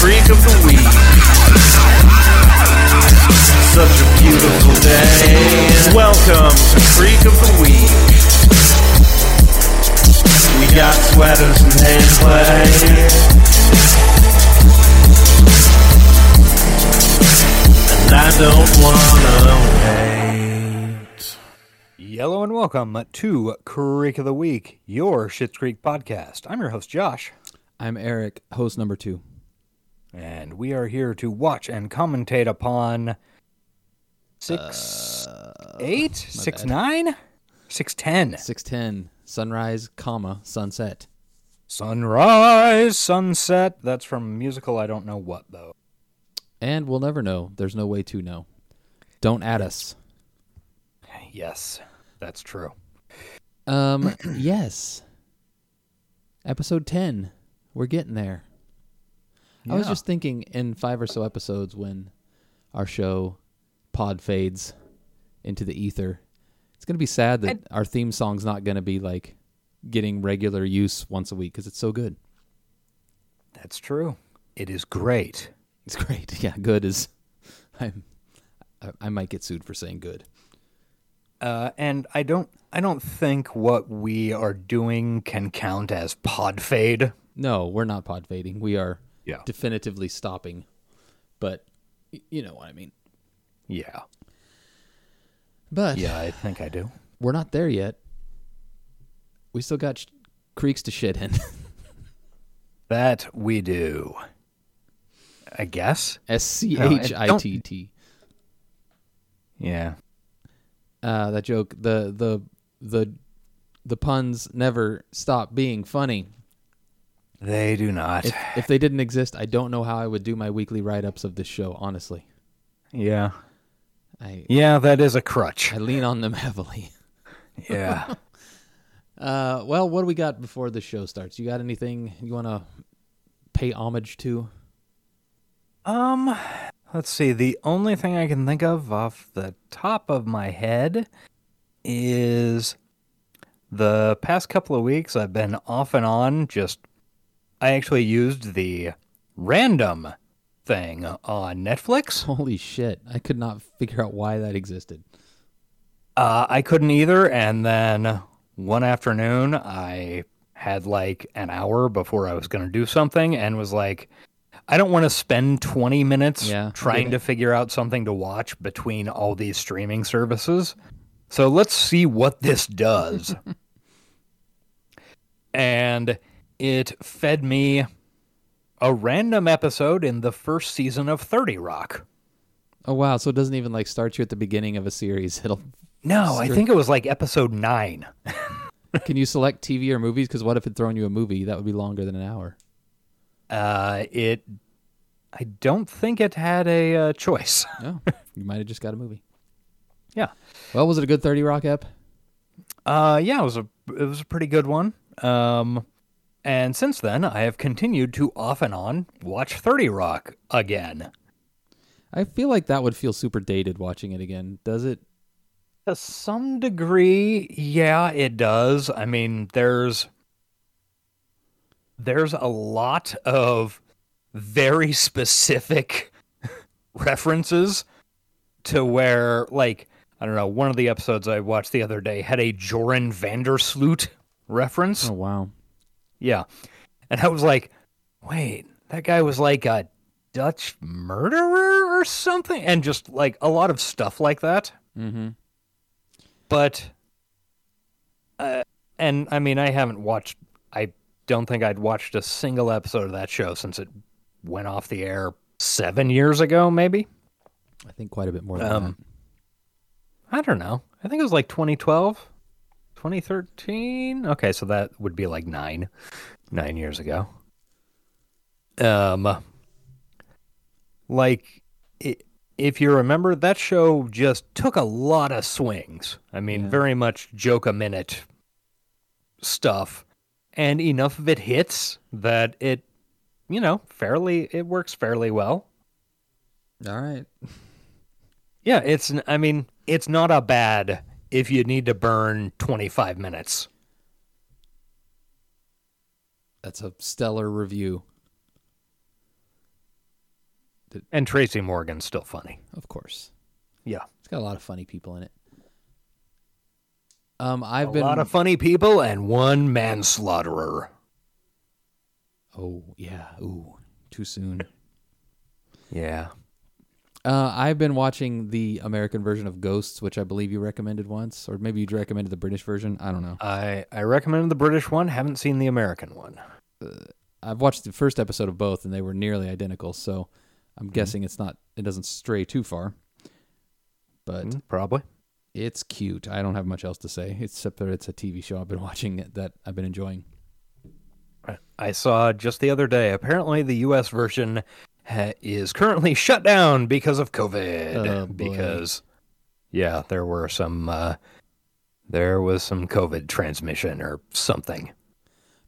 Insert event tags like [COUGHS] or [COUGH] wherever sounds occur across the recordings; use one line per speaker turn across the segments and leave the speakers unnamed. freak of the week. Such a beautiful day. Welcome to Freak of the Week. We got sweaters and hand And I don't wanna wait.
Yellow and welcome to Creek of the Week, your Shit's Creek podcast. I'm your host, Josh,
I'm Eric, host number two.
and we are here to watch and commentate upon six, eight, six,
bad.
nine, six, ten.
610, sunrise, comma, sunset.
Sunrise, sunset. That's from musical. I don't know what though.
And we'll never know. There's no way to know. Don't add us.
Yes, that's true.
Um, [COUGHS] yes. Episode 10. We're getting there. I was
Yeah.
just thinking in five or so episodes when our show pod fades into the ether, it's going to be sad that our theme song's not going to be like getting regular use once a week because it's so good.
That's true. It is great.
It's great. [LAUGHS] Yeah, good is. I'm, I, I might get sued for saying good.
Uh, and I don't, I don't think what we are doing can count as pod fade.
No, we're not pod fading. We are
Yeah.
definitively stopping. But y- you know what I mean.
Yeah.
But
Yeah, I think I do.
we're not there yet. We still got sh- creeks to shit in. [LAUGHS]
That we do. I guess.
S C H I T T.
Oh, Yeah.
Uh, that joke. The the the the puns never stop being funny.
They do not.
If, if they didn't exist, I don't know how I would do my weekly write ups of this show. Honestly,
yeah.
I
Yeah, that is a crutch.
I lean on them [LAUGHS] heavily.
Yeah.
Uh, well, what do we got before the show starts? You got anything you want to pay homage to?
um [LAUGHS] let's see. The only thing I can think of off the top of my head is the past couple of weeks I've been off and on just I actually used the random thing on
[LAUGHS]
Netflix.
Holy shit! I could not figure out why that existed.
Uh, I couldn't either. And then one afternoon, I had like an hour before I was going to do something and was like, I don't want to spend 20 minutes
Yeah, I get
trying to figure out something to watch between all these streaming services. So let's see what this [LAUGHS] does. and it fed me a random episode in the first season of 30 Rock.
Oh wow! So it doesn't even like start you at the beginning of a series. [LAUGHS] It'll.
No, I think it was like episode nine.
Can you select TV or movies? Because what if it'd thrown you a movie? That would be longer than an hour.
Uh, it. I don't think it had a uh, choice. [LAUGHS]
No, [LAUGHS] you might have just got a movie.
Yeah.
Well, was it a good Thirty Rock ep?
Uh, yeah, it was a it was a pretty good one. Um, and since then, I have continued to off and on watch Thirty Rock again.
I feel like that would feel super dated watching it again. Does it?
To some degree, yeah, it does. I mean, there's there's a lot of very specific [LAUGHS] references to where like I don't know, one of the episodes I watched the other day had a Joran Vandersloot reference.
Oh wow!
Yeah. And I was like, wait, that guy was like a Dutch murderer or something and just like a lot of stuff like that
Mm-hmm.
but uh, and I mean I haven't watched I don't think I'd watched a single episode of that show since it went off the air 7 years ago maybe.
I think quite a bit more than
Um, I don't know. I think it was like 2012, 2013. Okay, so that would be like 9 9 years ago. Um like i if you remember that show just took a lot of swings. I mean,
Yeah.
very much joke a minute stuff and enough of it hits that it you know, fairly it works fairly well.
that. All right.
Yeah, it's. n- I mean, it's not a bad if you need to burn twenty five minutes.
That's a stellar review. that
And Tracy Morgan's still funny.
of course
Yeah.
it's got a lot of funny people in it. Um, I've
A
been
lot of funny people and one manslaughterer.
oh yeah ooh too soon.
Yeah.
Uh, I've been watching the American version of Ghosts, which I believe you recommended once, or maybe you recommended the British version. I don't know.
I, I recommend the British one, haven't seen the American one.
I've watched the first episode of both, and they were nearly identical. So
Mm-hmm.
I'm guessing it's not it doesn't stray too far. But
Mm, Probably.
it's cute. I don't have much else to say except that it's a TV show I've been [LAUGHS] watching it that I've been enjoying.
I saw just the other day. Apparently, the U.S. version ha- is currently shut down because of COVID.
Oh, boy.
because, yeah, there were some, uh, there was some COVID transmission or something.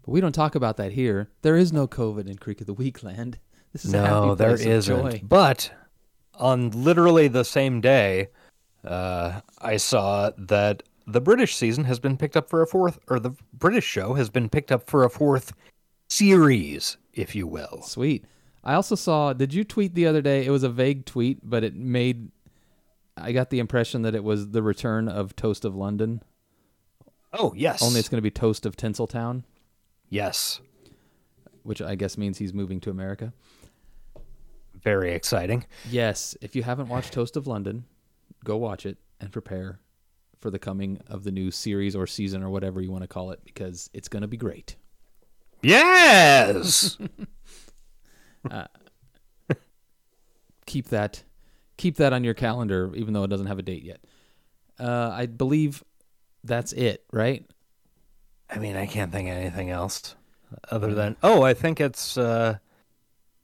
But we don't talk about that here. There is no COVID in Creek of the Week land. [LAUGHS] This is a happy
No, there
place of
isn't.
joy.
But on literally the same day, uh, I saw that the British season has been picked up for a fourth, or the British show has been picked up for a fourth series, if you will.
Sweet. I also saw. Did you tweet the other day? It was a vague tweet, but it made. I got the impression that it was the return of Toast of London.
Oh yes,
Only it's going to be Toast of Tinseltown,
yes,
which I guess means he's moving to America.
very exciting.
Yes, if you haven't watched Toast of London, go watch it and prepare for the coming of the new series or season or whatever you want to call it because it's going to be great. [LAUGHS]
Yes.
keep that keep that on your calendar even though it doesn't have a date yet uh, i believe that's it right
I mean, I can't think of anything else other
Hmm.
than oh, I think it's uh,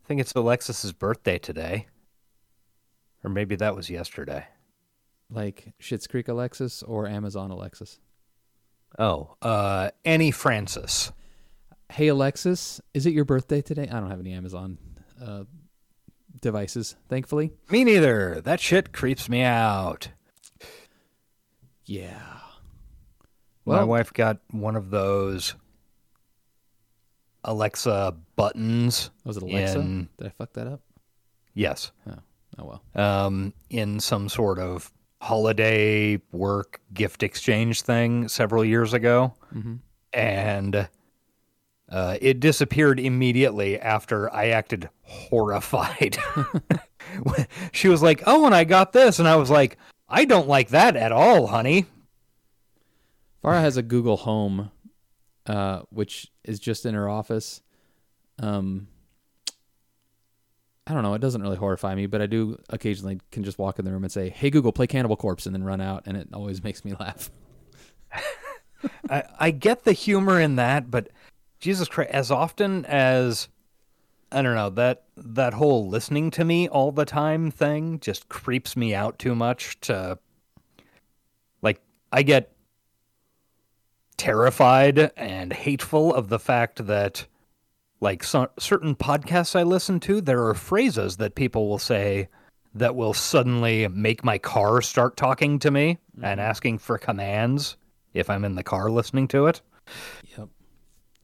I think it's Alexis's birthday today, or maybe that was yesterday.
like Schitt's creek alexis or amazon alexis
Oh, uh, Annie Francis.
hey alexis is it your birthday today i don't have any amazon uh, devices thankfully
Me neither. That shit creeps me out.
yeah
My
Well-
wife got one of those Alexa buttons.
was Oh, it alexa
in-
did i fuck that up
yes.
oh, oh well
um, in some sort of holiday work gift exchange thing several years ago. And uh, it disappeared immediately after I acted horrified. [LAUGHS] she was like, Oh, and I got this. And I was like, I don't like that at all, honey.
Farah has a Google Home, uh, which is just in her office. Um, I don't know. It doesn't really horrify me, but I do occasionally can just walk in the room and say, "Hey Google, play Cannibal Corpse," and then run out, and it always [LAUGHS] makes me laugh.
I, I get the humor in that, but Jesus Christ, as often as I don't know that that whole listening to me all the time thing just creeps me out too much. To like, I get terrified and hateful of the fact that like so, certain podcasts I listen to, there are phrases that people will say that will suddenly make my car start talking to me
Mm-hmm.
and asking for commands if I'm in the car listening to it.
Yep.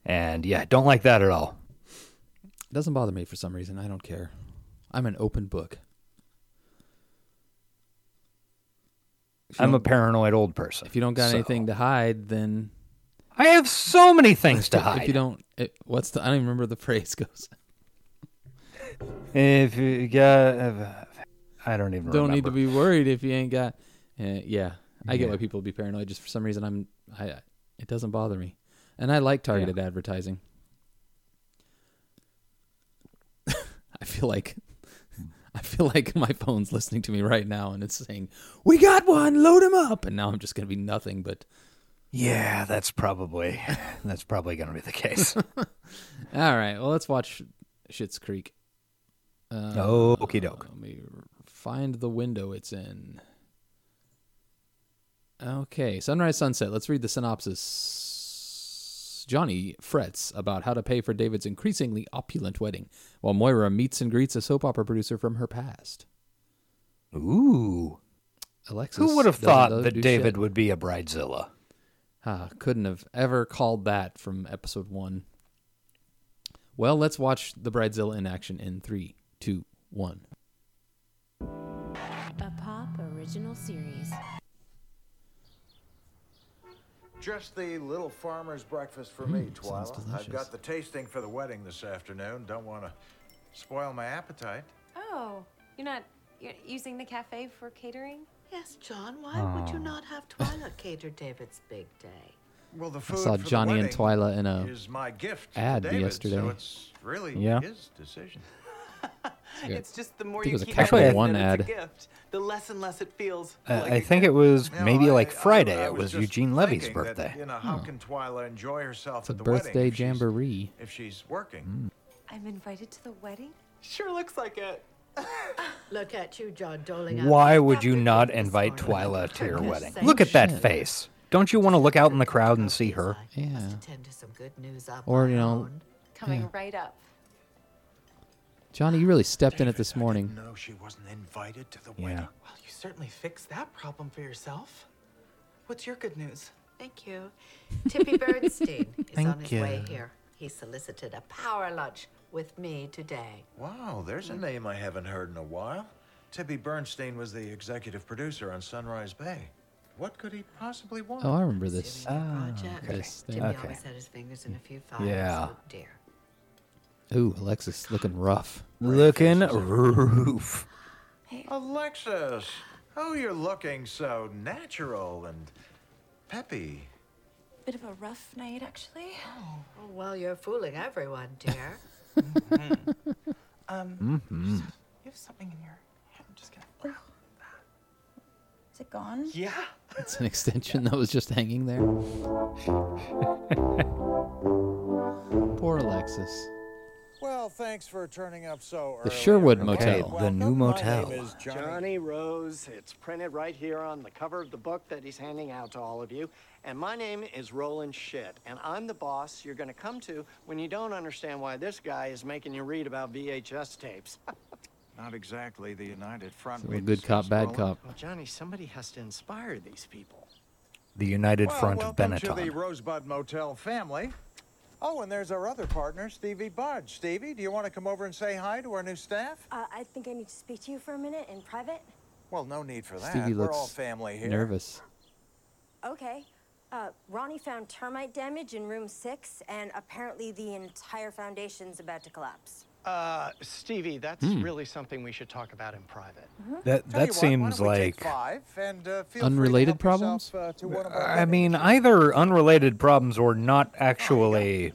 And yeah, don't like that at all.
It doesn't bother me for some reason. I don't care. I'm an open book. If you
I'm a
don't-
paranoid old person.
If you don't got
so-
anything to hide, then
I have
[LAUGHS]
so many things to hide.
if you don't, it, what's the? I don't even remember the [LAUGHS] phrase goes.
If you got, I don't even
don't need
remember.
to be worried if you ain't got. Uh, yeah, I get
Yeah.
why people be paranoid. Just for some reason, I'm. I it doesn't bother me, and I like targeted advertising. [LAUGHS] I feel like, I feel like my phone's listening to me right now, and it's saying, "We got one, load him up," and now I'm just gonna be nothing but.
Yeah, that's probably [LAUGHS] that's probably going to be
[LAUGHS]
the case.
All right, well, let's watch Shit's Creek. Uh,
Okie doke.
Let me r- find the window it's in. Okay, sunrise sunset. Let's read the synopsis. Johnny frets about how to pay for David's increasingly opulent wedding, while Moira meets and greets a soap opera producer from her past.
Ooh,
Alexis,
who would have
doesn't
thought
know-
that
do
David
shit.
would be a bridezilla?
Ah, couldn't have ever called that from episode one. Well, let's watch the Bridezilla in action in three, two, one.
original series.
Just the little farmer's breakfast for me,
Mm, sounds
Twyla. I've
delicious.
got the tasting for the wedding this afternoon. Don't want to spoil my appetite.
Oh, you're not you're using the cafe for catering?
Yes, John, why would you not have Twyla cater David's big day?
Well, the food
saw
for the
Johnny and
wedding
Twyla in a
is my gift to
ad
David,
yesterday.
So it's really
Yeah.
his decision.
It's just the more
think it
you
was a
keep
Capital
Actually, I-
One
one
ad.
ad. It's a gift, the less and less it feels.
Uh,
like
I
a
think
gift.
it was
You know,
maybe
I-
like
I-
Friday.
I
it
was
was
just
Eugene Levy's
thinking that,
birthday.
you know, how can Twyla enjoy herself
Hmm. a
at the
birthday
wedding if she's-
jamboree. Hmm.
if she's working?
I'm invited to the wedding?
Sure looks like it.
Look at you, John, doling out.
Why
these
would you
happy
not
things this
invite
morning.
Twyla to your
Goodness
wedding?
sakes.
Look at that face. Don't you want to look out in the crowd and see her?
I must
Yeah.
attend to some good news of
Or,
my
you know,
own.
Coming
Yeah.
right up.
Johnny, you really stepped in it
David,
this
I didn't
morning.
know she wasn't invited to the
Yeah.
wedding.
Well, you certainly fixed that problem for yourself. What's your good news?
Thank you. Tippy
[LAUGHS]
Bernstein is on
Thank
his way
you.
here. He solicited a power lunch with me today.
Wow, there's a name I haven't heard in a while. Tibby Bernstein was the executive producer on Sunrise Bay. What could he possibly want?
Oh, I remember this.
Doing a project.
This thing.
Timmy
Okay.
always had his fingers in a few fires.
Yeah.
Oh dear.
Ooh, Alexis looking rough.
Looking roof.
Alexis, oh, you're looking so natural and peppy.
Bit of a rough night, actually.
Oh well, you're fooling everyone, dear.
You have something in your hand. I'm just gonna.
Is it gone?
Yeah.
It's an extension that was just hanging there. [LAUGHS] Poor Alexis.
Well, thanks for turning up so
The Sherwood Motel.
The new motel.
Johnny Rose. It's printed right here on the cover of the book that he's handing out to all of you. And my name is Roland Shit, and I'm the boss you're going to come to when you don't understand why this guy is making you read about VHS tapes. [LAUGHS] Oh,
Not exactly the United Front.
It's a
we
little good cop,
discussed
bad
earlier.
cop.
Well, Johnny, somebody has to inspire these people.
The United
Well,
Front of
welcome to the
Benetton.
Rosebud Motel family. Oh, and there's our other partner, Stevie Budge. Stevie, do you want to come over and say hi to our new staff?
Uh, I think I need to speak to you for a minute in private.
Well, no need for that.
Stevie
We're all
looks
family here.
nervous.
Okay. Uh, Ronnie found termite damage in room six, and apparently the entire foundation's about to collapse.
Uh, Stevie, that's
Hmm.
really something we should talk about in private.
That
Tell you
that
what, why don't
seems
we take
like
five and, uh, feel free to
Unrelated
help yourself,
problems?
uh, to one of our
I
living
mean either unrelated problems or not actually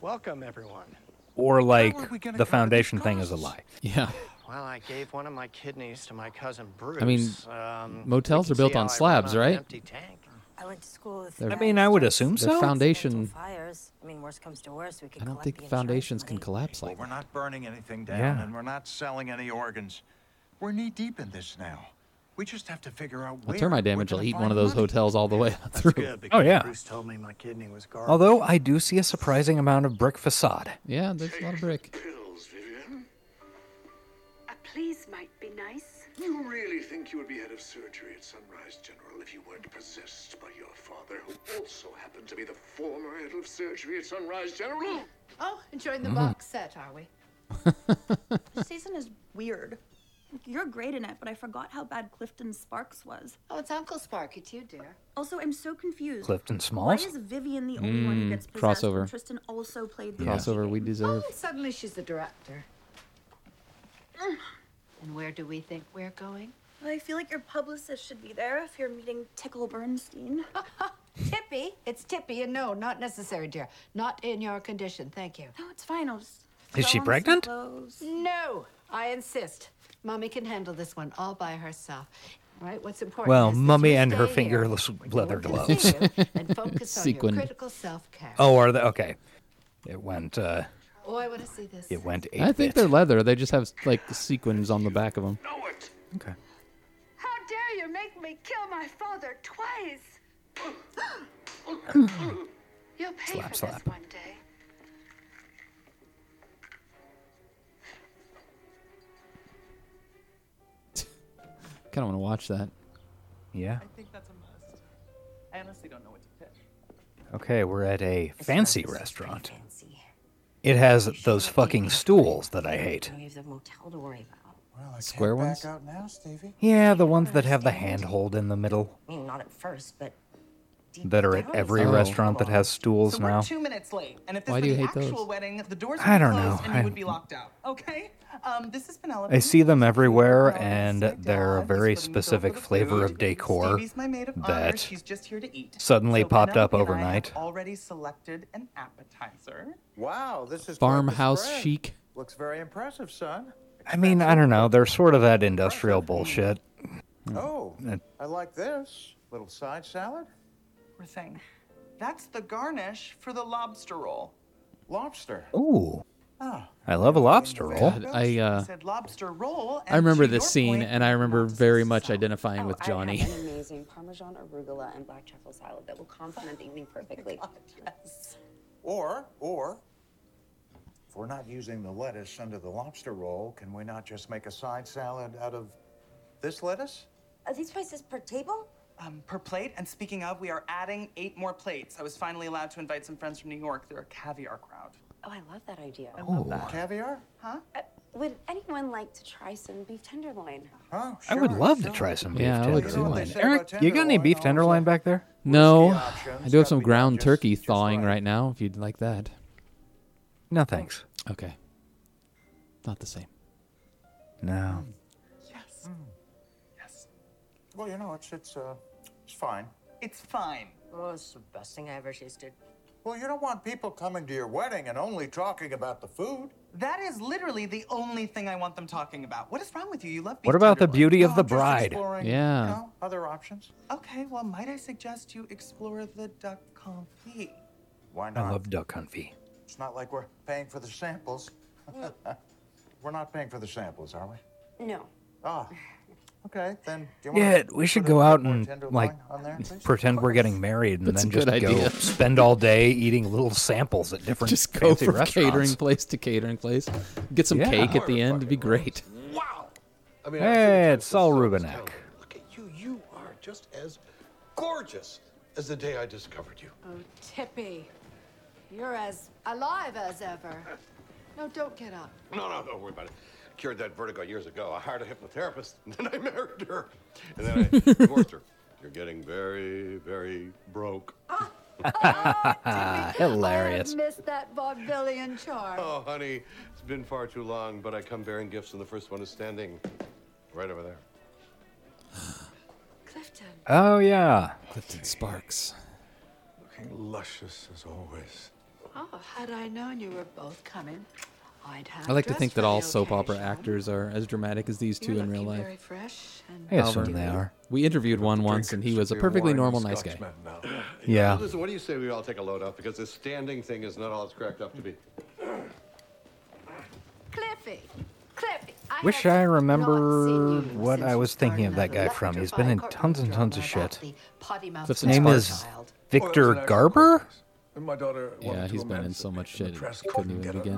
Welcome, everyone.
or like
we gonna cover
the
these
foundation thing is a
costs?
lie.
[LAUGHS]
Yeah.
Well, I gave one of my kidneys to my cousin Bruce.
mean,
um,
motels
you
are
can
built
see
on
how I run
slabs,
an
right?
empty tank.
I went to school with.
They're-
I mean, I would assume
Their
so.
foundation.
Fires. I mean, worse comes to worse, we could.
I don't
collect
think
the insurance
foundations
money.
can collapse
Well,
like
we're
that.
not burning anything down,
Yeah.
and we're not selling any organs. We're knee deep in this now. We just have to figure out
Well,
where
termite
we're
damage will
gonna
eat one
find
of those
money.
hotels all the way through.
Good, because
yeah.
Bruce told me my kidney was garbage.
Although I do see a surprising amount of brick facade.
Yeah, there's a lot of brick.
Pills, Vivian.
A please might be nice.
You really think you would be head of surgery at Sunrise General if you weren't possessed by your father, who also happened to be the former head of surgery at Sunrise General?
Oh, enjoying the box set, are we?
This season is weird. You're great in it, but I forgot how bad Clifton Sparks was.
Oh, it's Uncle Sparky too, dear.
Also, I'm so confused.
Clifton
Why
Smalls?
is Vivian the only one who gets possessed?
Mm, crossover.
when Tristan also played the
Crossover we
Oh,
deserve.
and suddenly she's the director. and where do we think we're going?
I feel like your publicist should be there if you're meeting Tickle Bernstein.
[LAUGHS] Tippy. It's Tippy, and no, not necessary, dear. Not in your condition, thank you.
No, it's fine. I'll just
Is
throw
she
on some
pregnant?
clothes.
No, I insist. Mummy can handle this one all by herself. Right? What's important?
Well,
is that
Mummy
you
and
stay
her
here
fingerless
when
leather
no one can
gloves.
see you
[LAUGHS]
and focus on your
Sequined.
critical self-care.
Oh, are they okay? It went uh
Oh, I want to see this.
it went eight
I think they're leather. They just have like sequins on the back of them.
Know it!
okay.
How dare you make me kill my father
[COUGHS]
twice? You'll pay
Slap,
for
slap.
this one day.
Kind of want to watch that.
Yeah.
I think that's a must. I honestly don't know what to pick.
Okay, we're at a fancy
This is
restaurant.
pretty fancy.
It has those fucking stools that I hate.
We have the motel to worry about.
Well, I
Square
can't
ones?
Back out now, Stevie.
Yeah, the ones that have the handhold in the middle
I mean, not at first, but
that are at every
Oh.
restaurant that has stools
So
now.
we're two minutes late, and if this
Why
were
do you
the
hate those?
actual wedding, the doors would
I
be
don't
closed
know.
and
I-
you would be locked out. Okay. Um, this is Penelope.
I see them
Oh,
everywhere, and they're a very specific flavor of decor
Stevie's my maid of honor.
that
She's just here to eat.
suddenly
So
popped up
Penelope and I
overnight.
have already selected an appetizer.
Wow, this is
Farmhouse chic.
Looks very impressive, son.
I mean, I don't know. They're sort of that industrial bullshit.
Hmm.
Oh,
Uh,
I like this little side salad.
We're saying that's the garnish for the lobster roll.
Lobster. Ah.
Ooh.
Oh.
I love a lobster roll.
God, I uh,
Said lobster roll.
I
and
remember
to
this
your
scene,
point,
and I remember very much identifying with
I
Johnny.
have an amazing Parmesan, arugula, and black truffle salad that will complement the evening perfectly.
[LAUGHS]
Or, or, if we're not using the lettuce under the lobster roll, can we not just make a side salad out of this lettuce?
Are these prices per table? Um, per plate. And speaking of, we are adding eight more plates. I was finally allowed to invite some friends from New York. They're a caviar crowd.
Oh, I love that idea.
I love that.
Caviar?
Huh? Uh, would anyone like to try some beef tenderloin?
Huh?
I would love to try some beef
Yeah, I would too. You
tenderloin.
know what they say
Eric,
about
you got any beef tenderloin back there?
No, I do have some ground turkey thawing right now. If you'd like that.
No, thanks.
Okay. Not the same.
No.
Yes. Mm. Yes.
Well, you know, it's it's uh, it's fine.
It's fine.
Oh, it's the best thing I ever tasted. Well, you don't want people coming to your wedding and only talking about the food.
That is literally the only thing I want them talking about. What is wrong with you? You love
What about the beauty of
No,
Oh,
the
I'm just
bride?
exploring,
Yeah.
you know?
Other options?
Okay, well, might I suggest you explore the duck confit?
Why
I
not?
love duck confit.
It's not like we're paying for the samples. [LAUGHS] we're not paying for the samples, are we?
No.
Ah. Okay, then. Do you wanna
Yeah, we should
put a
go
bit
out
more
and
tenderloin
like
on there, please?
pretend we're getting married, and
That's a
then just
good
go
idea.
spend all day eating little samples at
[LAUGHS]
different
Just go
fancy
from
restaurants.
catering place to catering place. Get some
Yeah.
cake at the end. It'd be great.
I mean,
Hey, it's Saul Rubinek.
you, you are just as gorgeous as the day I discovered you.
Oh, Tippy, you're as alive as ever. No, don't get up.
No, no, don't worry about it. Cured that vertigo years ago. I hired a hypnotherapist, [LAUGHS] and then I married her. And then I [LAUGHS] divorced her. You're getting very, very broke.
Ah,
I missed that vaudevillian charm.
Oh, honey, it's been far too long, but I come bearing gifts, and the first one is standing right over there.
Oh yeah.
Clifton Sparks.
Looking luscious as always.
Oh, had I known you were both coming, I'd have.
I like to
dressed
think that
for
all
the
soap opera
occasion.
actors are as dramatic as these two
You're
in real
looking
life.
Very fresh and
I assume they are.
We interviewed one once, and he was a perfectly normal, nice guy.
Yeah.
Listen, what do you say we all take a load off? Because this standing thing is not all it's cracked up to be.
Cliffy, Cliffy, I
Wish
have
I
not
remember
seen you
what
since
I
you
was thinking of that
started
guy
another
from. He's
electrified
been in
courtroom
tons and
drama
tons of
about
shit.
the potty mouth
His name is
Oh,
Victor Garber.
My daughter.
Yeah, he's been in so much shit. Couldn't even begin.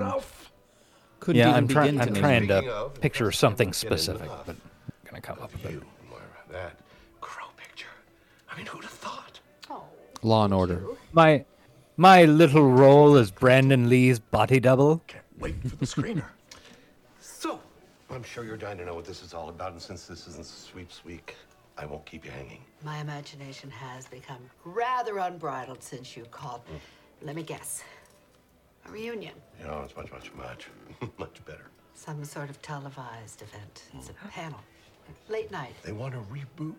Couldn't
Yeah,
even
I'm, try-
begin
I'm
to
trying
name.
to uh, picture something specific, but I'm gonna come up with it.
That crow picture. I mean, who'd have thought?
Law and Order.
My my little role as Brandon Lee's body double.
Wait for the screener. so, I'm sure you're dying to know what this is all about, and since this isn't sweeps week, I won't keep you hanging.
My imagination has become rather unbridled since you called. Let me guess. A reunion.
You know, it's much, much, much, [LAUGHS] much better. Mm-hmm.
Some sort of televised event. It's a panel. Late night.
They want to reboot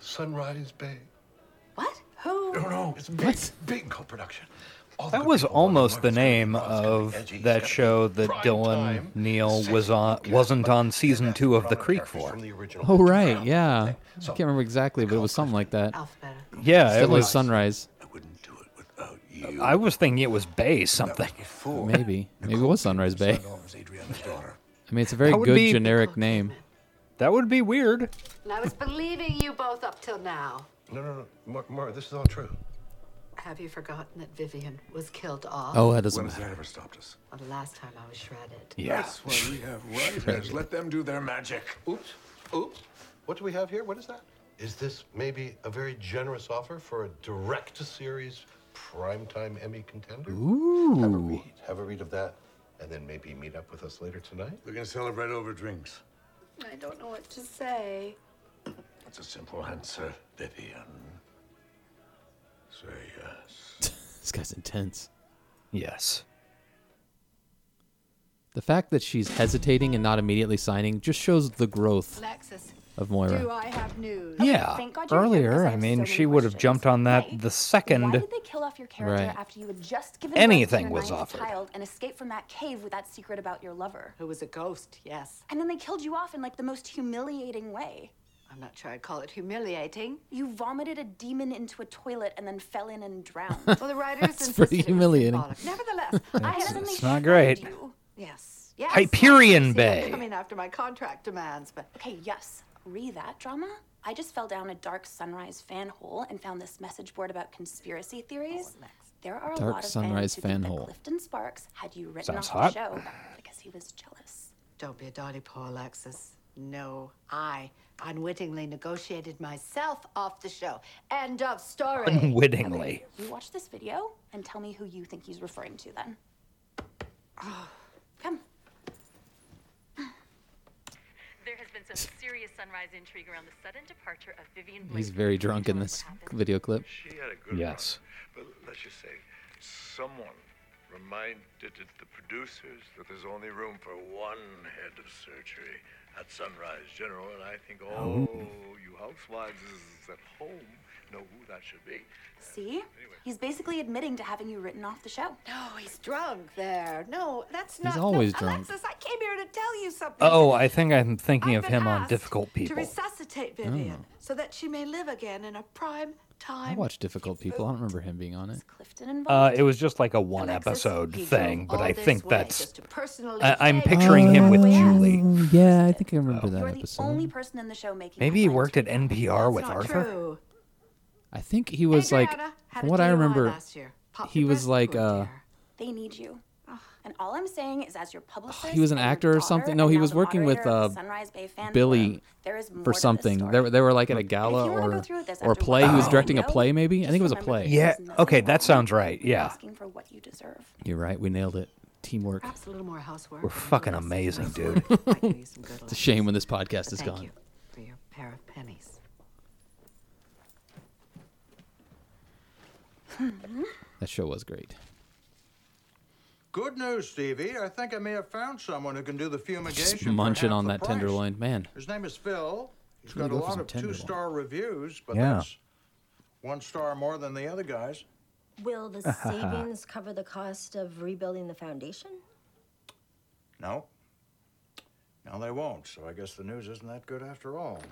Sunrise Bay.
What? Who?
No, no, it's big, big co-production.
That was almost the name of that show that Dylan Neal was on wasn't on season two of The Creek for.
[LAUGHS] Oh right, yeah. I can't remember exactly, but it was something like that.
Yeah, it
Still
was.
Sunrise.
I was thinking it was Bay something.
Maybe.
[LAUGHS]
Maybe it was Sunrise Bay. I mean, it's a very
That would
good
be-
generic name.
That would be weird.
And I was believing you both up till now.
No, no, no, Mar- Mara, this is all true.
Have you forgotten that Vivian was killed off?
Oh, that doesn't
When has that
matter.
ever stopped us?
Well, the last time I was shredded.
That's why we have writers.
Shredded.
Let them do their magic. Oops. Oops. What do we have here? What is that? Is this maybe a very generous offer for a direct-to-series primetime Emmy contender? Have a read. Have a read of that, and then maybe meet up with us later tonight. We're gonna celebrate over drinks.
I don't know what to say.
That's a simple answer, Vivian. Say yes.
This guy's intense.
Yes.
The fact that she's hesitating and not immediately signing just shows the growth
Alexis,
of Moira.
do I have news?
Yeah.
Thank God you're here, 'cause
Earlier,
I
I
have
mean,
so
she
many
would have jumped on that the
Why
second.
did they kill off your character
Right.
after you had just given birth
Anything
to your
was
ninth
offered. [LAUGHS]
child and escaped from that cave with that secret about your lover?
Who was a ghost, yes.
And then they killed you off in like the most humiliating way.
I'm not sure I'd call it humiliating.
You vomited a demon into a toilet and then fell in and drowned.
[LAUGHS]
Well, the writers
That's pretty
insisted it was
humiliating.
symbolic. Nevertheless, I
It's,
had suddenly
it's not great.
Yes. Yes.
Hyperion
I see
Bay.
them Coming after my contract demands, but
Okay, yes. Re that drama? I just fell down a dark sunrise fan hole and found this message board about conspiracy theories. There are a
Dark
lot of
sunrise
fans who think
fan
that
hole.
Clifton Sparks had you written
Sounds hot.
off the show because he was jealous.
don't be a dotty poor Alexis. No, I unwittingly negotiated myself off the show. End of story.
Oh, Unwittingly.
You watch this video and tell me who you think he's referring to
[SIGHS]
then.
There has been some serious sunrise intrigue around the sudden departure of Vivian Blake.
He's very drunk in this video clip.
She had a good
Yes.
run, but let's just say, someone reminded the producers that there's only room for one head of surgery at Sunrise General, and I think
Oh.
all you housewives at home know who that should be.
See? He's basically admitting to having you written off the show.
No, he's drunk there. No, that's
He's
not. no,
always drunk.
Alexis, I came here to tell you something.
Oh, I think I'm thinking of
been
him on
asked
Difficult
To
People.
resuscitate Vivian so that she may live again in a prime
I
time.
watched Difficult People. I don't remember him being on it.
Uh, it was just like a one
Alexis,
episode
he drove
thing, but
all
I
this
think
way
that's.
just to personally
I, I'm
thank
picturing him with
you.
Julie.
Yeah, I think I remember that
Oh, You're the only
episode.
person in the show making
Maybe he worked at NPR with
not
Arthur.
True.
I think he was
Adriana
like,
had
from
a
what I
DUI
remember,
last year. Popped
he
her
was
breast
like, uh,
They need you. And all I'm saying is, as your publicist,
Oh, he was an
and your
actor or something.
daughter
No,
and
he
now
was
the
working with
moderator
uh,
of the Sunrise Bay fan
Billy
forum, there is more to
for
this
something.
story.
They were, they were like at a gala or
through with this
or a
after
play. He was
watching
directing a
the video,
play, maybe. I think it was a play.
Yeah. Okay, that sounds right. Yeah.
asking for what you deserve.
You're right. We nailed it. Teamwork.
Perhaps a little more housework.
We're
[LAUGHS]
fucking amazing, dude. [LAUGHS]
It's a shame when this podcast is
Thank
gone.
you for your pair of pennies.
That show was great.
Good news, Stevie. I think I may have found someone who can do the fumigation.
Just
for
munching
half
on
the
that
price.
tenderloin, man.
His name is Phil. He's
Truly
got a
go for
lot
some
of
tenderloin.
two-star reviews, but
Yeah.
that's one star more than the other guys.
Will
[LAUGHS]
the savings cover the cost of rebuilding the foundation?
No. No, they won't. So I guess the news isn't that good after all.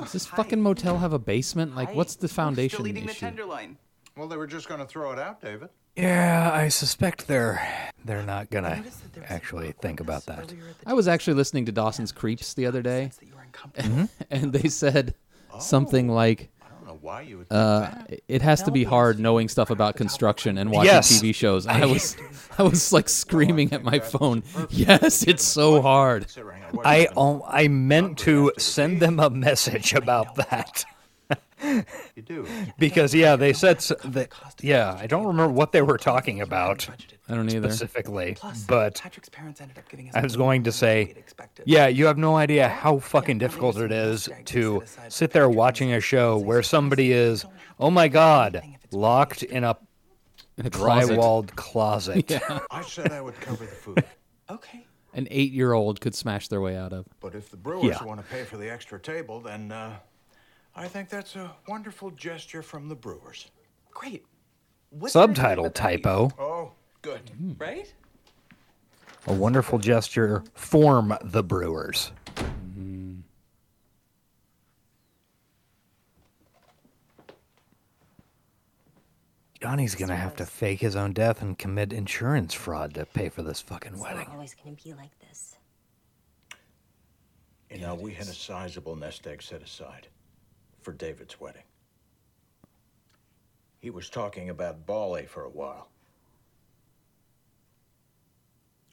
Does this fucking motel have a basement? Like,
Hi.
what's the
We're still
foundation
eating
issue?
tenderloin. Well, they were just going to throw it out, David.
Yeah, I suspect they're they're not gonna actually think about that.
I was actually listening to Dawson's Creeps the other day, [LAUGHS] and they said something like,
I don't know why you would think
uh, "It has to be hard knowing stuff about construction and watching
Yes.
TV shows." And
I-
I [LAUGHS] was, I was like screaming at my phone. Yes, it's so hard.
I al- I meant to send them a [LAUGHS] message about that.
you do.
Because yeah, they said s that, yeah. I don't remember what they were talking about.
I don't either
specifically, Eh, but
Patrick's parents ended up giving us.
I was going to say, yeah, you have no idea how fucking difficult it is to sit there watching a show where somebody is, oh my god, locked in a
a closet. [LAUGHS]
drywalled closet.
I said I would cover the food.
An eight-year-old could smash their way out of.
But if the Brewers
Yeah.
want to pay for the extra table, then uh, I think that's a wonderful gesture from the Brewers.
Great. What
Subtitle
did I do
typo.
about you?
Oh, good.
Right?
A wonderful gesture. Form the Brewers. Johnny's gonna have to fake his own death and commit insurance fraud to pay for this fucking
It's
wedding.
not always going to be like this.
You know, we had a sizable nest egg set aside for David's wedding. He was talking about Bali for a while.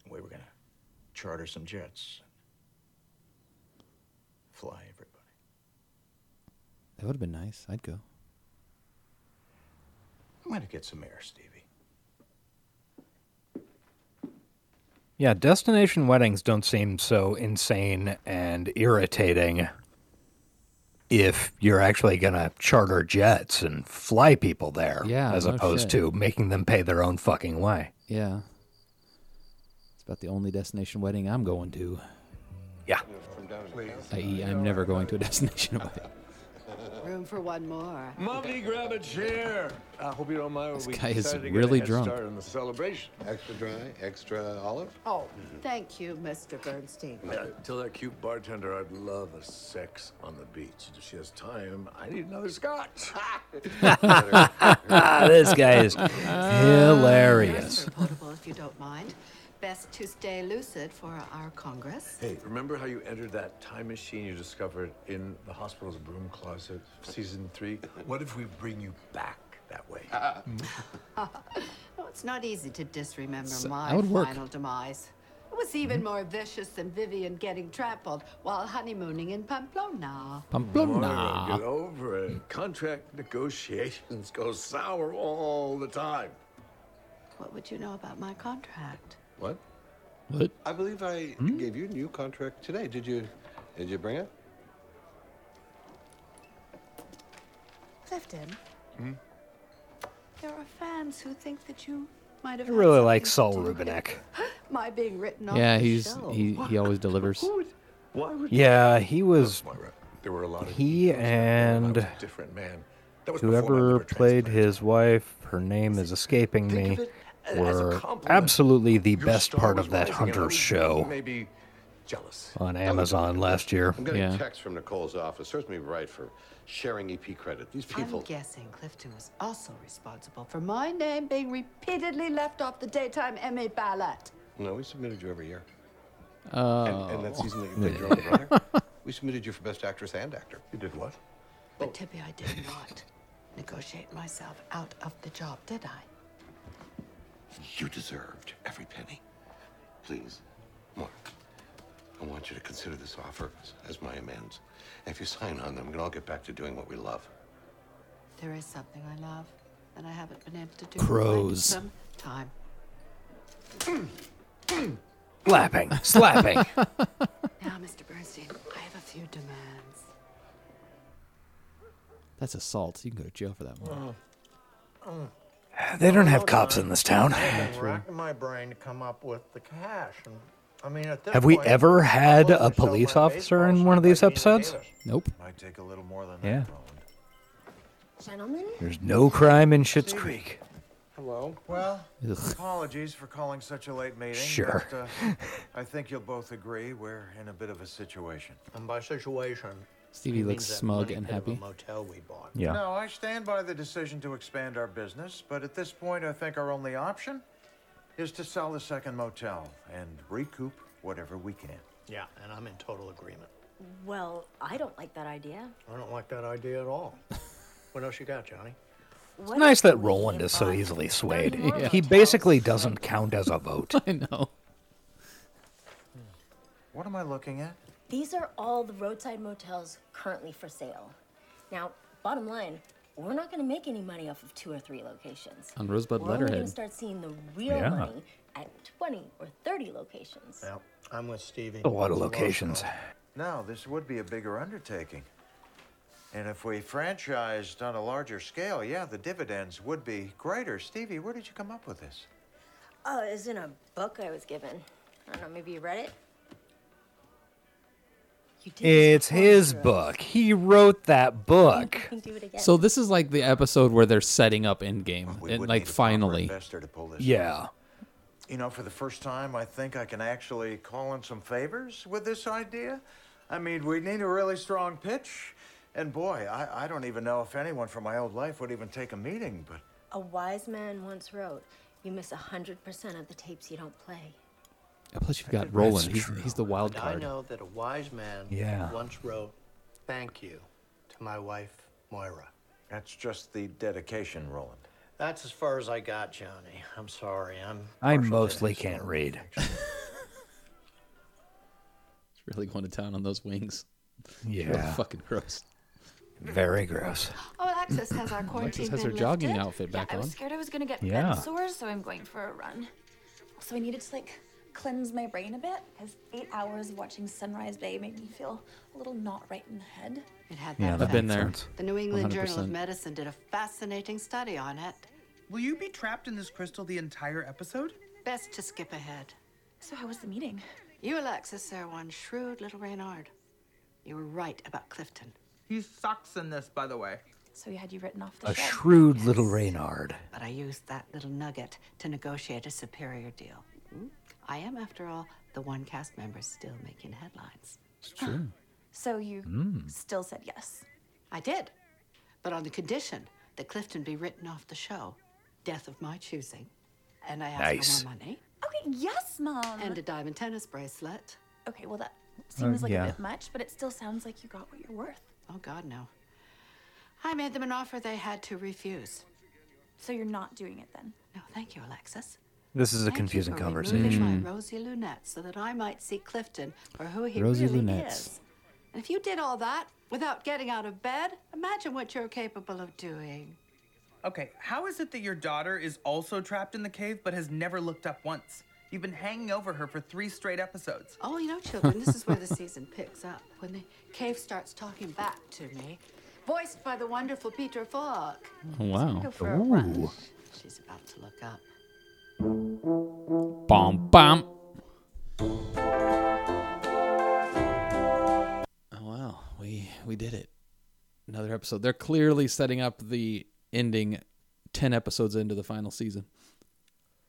We were going to charter some jets, fly everybody.
That would have been nice. I'd go.
I'm going to get some air, Stevie.
Yeah, destination weddings don't seem so insane and irritating if you're actually going to charter jets and fly people there
Yeah,
as
no
opposed
shit.
to making them pay their own fucking way.
Yeah. It's about the only destination wedding I'm going to.
Yeah.
I.e., I'm never going to a [LAUGHS] destination wedding.
Room for one more.
Mommy, grab a chair. I hope you don't mind. This
guy is really drunk.
on the celebration.
Extra dry, extra olive.
Oh, thank you, Mr. Bernstein.
Yeah, Uh, tell that cute bartender I'd love a sex on the beach. If she has time, I need another scotch.
this guy is hilarious.
Portable, if you don't mind. Best to stay lucid for our Congress.
Hey, remember how you entered that time machine you discovered in the hospital's broom closet, season three? What if we bring you back that way?
Oh, it's not easy to disremember
So-
my
that would work.
final demise. It was even more vicious than Vivian getting trampled while honeymooning in Pamplona.
Moira, get over it. Contract negotiations go sour all the time.
What would you know about my contract?
What?
What?
I believe I
Hmm?
gave you a new contract today. Did you? Did you bring it?
Clifton,
Hmm?
there are fans who think that you might have.
I
had
really
something
like
to
Saul
do with
Rubinek.
My being written off.
yeah,
the
he's
show.
he, he always delivers.
Why would
Yeah, he was.
There were a lot of
He
"Oh,
and
different man.
whoever played his wife, her name is escaping me, were absolutely the best part of that Hunter show
Maybe
on Amazon last year.
I'm getting text from Nicole's office. Serves me right for sharing EP credit. These people.
I'm guessing Clifton was also responsible for my name being repeatedly left off the daytime Emmy ballot.
No, we submitted you every year.
Oh.
And, and that season that you played your older brother, we submitted you for best actress and actor. You did what?
Oh.
But Tippy, I
[LAUGHS]
did not negotiate myself out of the job, did I?
You deserved every penny. Please, Mark, I want you to consider this offer as my amends. If you sign on, then we can all get back to doing what we love.
There is something I love that I haven't been able to do.
Crows.
Some time.
Slapping,
[LAUGHS]
slapping. [LAUGHS]
Now, Mr. Bernstein, I have a few demands.
That's assault. You can go to jail for that one.
They don't have
uh,
cops in this town. [LAUGHS]
Yeah,
I'm
true.
racking my brain to come up with the cash. And, I mean, at this
Have we
point,
ever had
I
a
wasn't selling
police
my
officer in one of these episodes? Nope.
Might take a little more than
Yeah.
Gentlemen?
There's no crime in Schitt's Creek.
Hello. Well,
Ugh.
apologies for calling such a late meeting.
Sure.
But, uh,
[LAUGHS]
I think you'll both agree we're in a bit of a situation.
And by situation,
Stevie
he
looks
means that
smug
money
and
pit of a
happy.
motel we bought.
Yeah.
No, I stand by the decision to expand our business, but at this point, I think our only option is to sell the second motel and recoup whatever we can.
Yeah, and I'm in total agreement.
Well, I don't like that idea.
I don't like that idea at all. what else you got, Johnny?
It's nice that Roland is so easily swayed.
Yeah.
He basically doesn't count as a vote.
[LAUGHS] I know.
What am I looking at?
These are all the roadside motels currently for sale. Now, bottom line, we're not going to make any money off of two or three locations.
On Rosebud
we're We're going
letterhead.
to start seeing the real
Yeah.
money at 20 or 30 locations.
Yeah, I'm with Stevie.
A lot of locations.
No, this would be a bigger undertaking. And if we franchised on a larger scale, yeah, the dividends would be greater. Stevie, where did you come up with this?
Oh, it was in a book I was given. I don't know, maybe you read it?
It's his book. He wrote that book.
So this is like the episode where they're setting up Endgame,
we
and
would
like
need a proper
finally.
investor to pull this
Yeah.
You know, for the first time, I think I can actually call in some favors with this idea. I mean, we need a really strong pitch. And boy, I, I don't even know if anyone from my old life would even take a meeting, but
A wise man once wrote, You miss 100% of the tapes you don't play.
Plus you've got Roland. He's, he's the wild
And I
card.
know that a wise man
Yeah.
once wrote, "Thank you," to my wife Moira.
that's just the dedication, Roland.
That's as far as I got, Johnny. I'm sorry. I'm.
I mostly can't read.
He's really going to town on those wings. Really [LAUGHS]
Yeah.
fucking gross.
Very gross.
Oh, Alexis has our
Alexis has her jogging outfit
yeah,
back
I was
on.
scared I was gonna get
Yeah.
bed sores, so I'm going for a run. Also, I needed to like
cleanse my brain a bit because eight hours of watching Sunrise Bay made me feel a little knot right in the head.
It had that
Yeah, I've been
effect.
there.
The New England Journal of
100%.
Medicine did a fascinating study on it.
Will you be trapped in this crystal the entire episode?
Best to skip ahead.
So, how was the meeting?
You, Alexis, are one shrewd little Reynard. You were right about Clifton.
He sucks in this, by the way.
So, you had you written off
A shrewd little Reynard.
But I used that little nugget to negotiate a superior deal. Hmm? I am, after all, the one cast member still making headlines. It's
true. So, you
Mm.
still said yes.
I did, but on the condition that Clifton be written off the show. Death of my choosing. And I asked
Nice.
for more money.
Okay, yes, Mom.
And a diamond tennis bracelet.
Okay, well, that seems like
Uh, yeah.
a bit much, but it still sounds like you got what you're worth.
Oh, God, no. I made them an offer they had to refuse.
So, you're not doing it then?
No, thank you, Alexis.
This is a
Thank you
confusing
for
conversation.
removing My rosy lunettes, so that I might see Clifton for who he
Rosy
really
lunettes.
is. And if you did all that without getting out of bed, imagine what you're capable of doing.
Okay, how is it that your daughter is also trapped in the cave but has never looked up once? You've been hanging over her for three straight episodes.
Oh, you know, children, this is where the season picks up when the cave starts talking back to me, voiced by the wonderful Peter Falk.
Oh, wow.
Go for a run. She's about to look up.
Bomb bomb. Oh wow, we we did it. Another episode. They're clearly setting up the ending 10 episodes into the final season.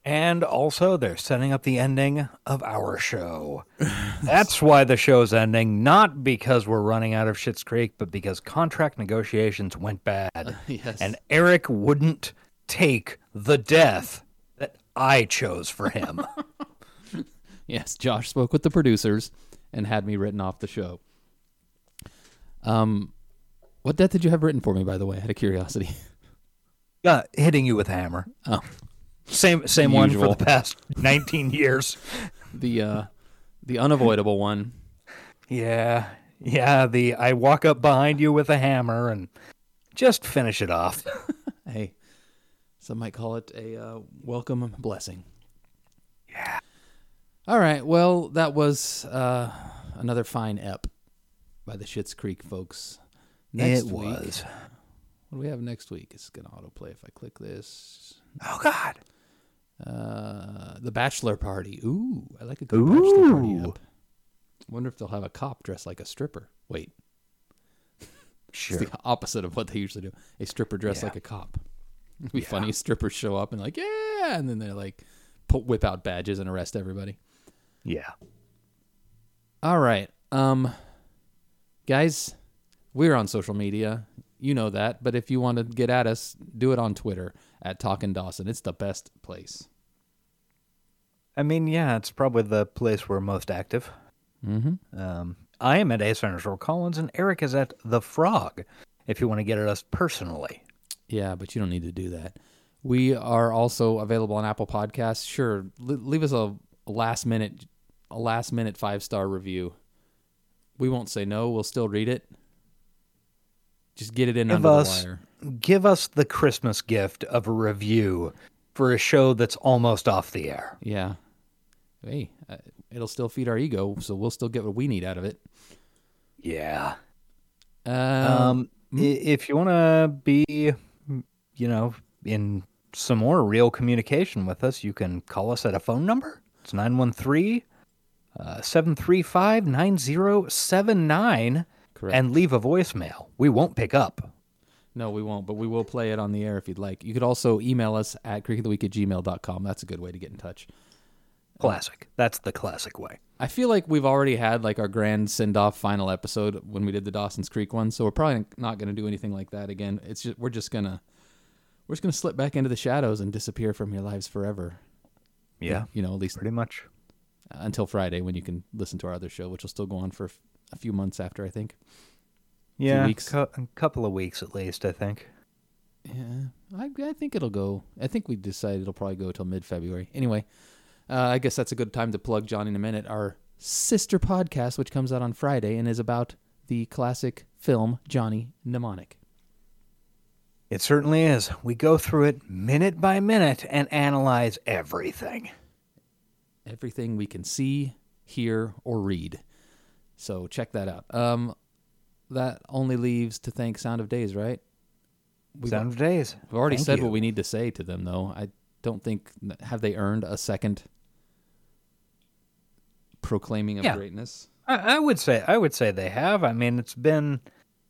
And also, they're setting up the ending of our show. That's why the show's ending, not because we're running out of Schitt's Creek, but because contract negotiations went bad.
yes.
And Eric wouldn't take the death that I chose
[LAUGHS]
for him.
Yes, Josh spoke with the producers and had me written off the show. Um what death did you have written for me by the way? Out of curiosity. [LAUGHS]
uh, hitting you with a hammer.
Oh.
Same same one for
Usual.
the past 19 years.
The uh the unavoidable one.
Yeah. Yeah, the I walk up behind you with a hammer and just finish it off.
hey, some might call it a uh, welcome blessing. Yeah. All right. Well, that was uh, another fine ep by the Shits Creek folks. [LAUGHS] Next
It
week,
was.
What do we have next week? It's gonna autoplay if I click this.
Oh God.
Uh, the bachelor party. Ooh, I like a good bachelor party ep. Wonder if they'll have a cop dressed like a stripper. Wait.
Sure.
It's the opposite of what they usually do. A stripper dressed
Yeah.
like a cop. It'd be funny. Strippers show up and like, yeah, and then they're like, pull, whip out badges and arrest everybody.
Yeah.
All right, um, guys, we're on social media. You know that, but if you want to get at us, do it on Twitter at Talkin' Dawson. It's the best place.
I mean, yeah, it's probably the place we're most active.
Mm-hmm.
Um, I am at Ace underscore Collins, and Eric is at The Frog. If you want to get at us personally,
Yeah, but you don't need to do that. We are also available on Apple Podcasts. Sure, le- leave us a, a last minute, a last minute five star review. We won't say no. We'll still read it. Just get it in
give
under
us
the wire.
give us the Christmas gift of a review for a show that's almost off the air.
Yeah. Hey, uh, it'll still feed our ego, so we'll still get what we need out of it.
Yeah.
Um,
Um, i- if you want to be, you know, in some more real communication with us, you can call us at a phone number. It's 913 uh, 735 9079 and leave a voicemail. We won't pick up.
No, we won't, but we will play it on the air if you'd like. You could also email us at creekoftheweek at gmail.com. That's a good way to get in touch.
Classic. That's the classic way.
I feel like we've already had like our grand send off final episode when we did the Dawson's Creek one, so we're probably not going to do anything like that again. It's just we're just gonna we're just gonna slip back into the shadows and disappear from your lives forever.
Yeah,
you know, at least
pretty much
until Friday when you can listen to our other show, which will still go on for f- a few months after I think. Few
Yeah,
weeks.
cou- a couple of weeks at least, I think.
Yeah, I, I think it'll go. I think we decided it'll probably go till mid February. Anyway, uh, I guess that's a good time to plug Johnny in a minute. Our sister podcast, which comes out on Friday and is about the classic film Johnny Mnemonic.
It certainly is. We go through it minute by minute and analyze everything.
everything we can see, hear, or read. So check that out. Um, that only leaves to thank Sound of Days, right?
Sound of Days.
We've already
Thank
said
you.
what we need to say to them, though. I don't think have they earned a second proclaiming of
Yeah.
greatness.
I, I would say I would say they have. I mean, it's been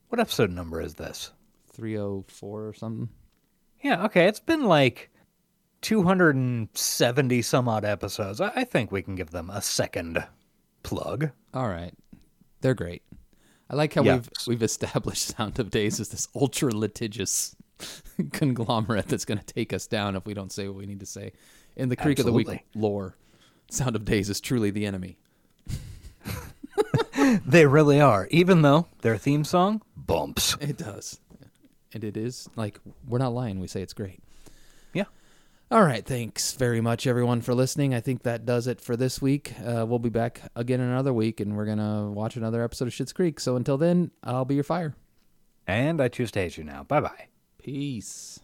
what episode number is this?
Three oh four or something.
Yeah. Okay. It's been like two hundred and seventy some odd episodes. I, I think we can give them a second plug. [LAUGHS]
All right, they're great. I like how
Yeah.
we've we've established [LAUGHS] Sound of Days as this ultra litigious [LAUGHS] conglomerate that's going to take us down if we don't say what we need to say. In the Creek of the Week lore, Sound of Days is truly the enemy.
They really are. Even though their theme song bumps.
It does. And it is like we're not lying. We say it's great.
Yeah.
All right. Thanks very much, everyone, for listening. I think that does it for this week. Uh, we'll be back again another week, and we're gonna watch another episode of Shit's Creek. So until then, I'll be your fire.
And I choose to hate you now. Bye bye.
Peace.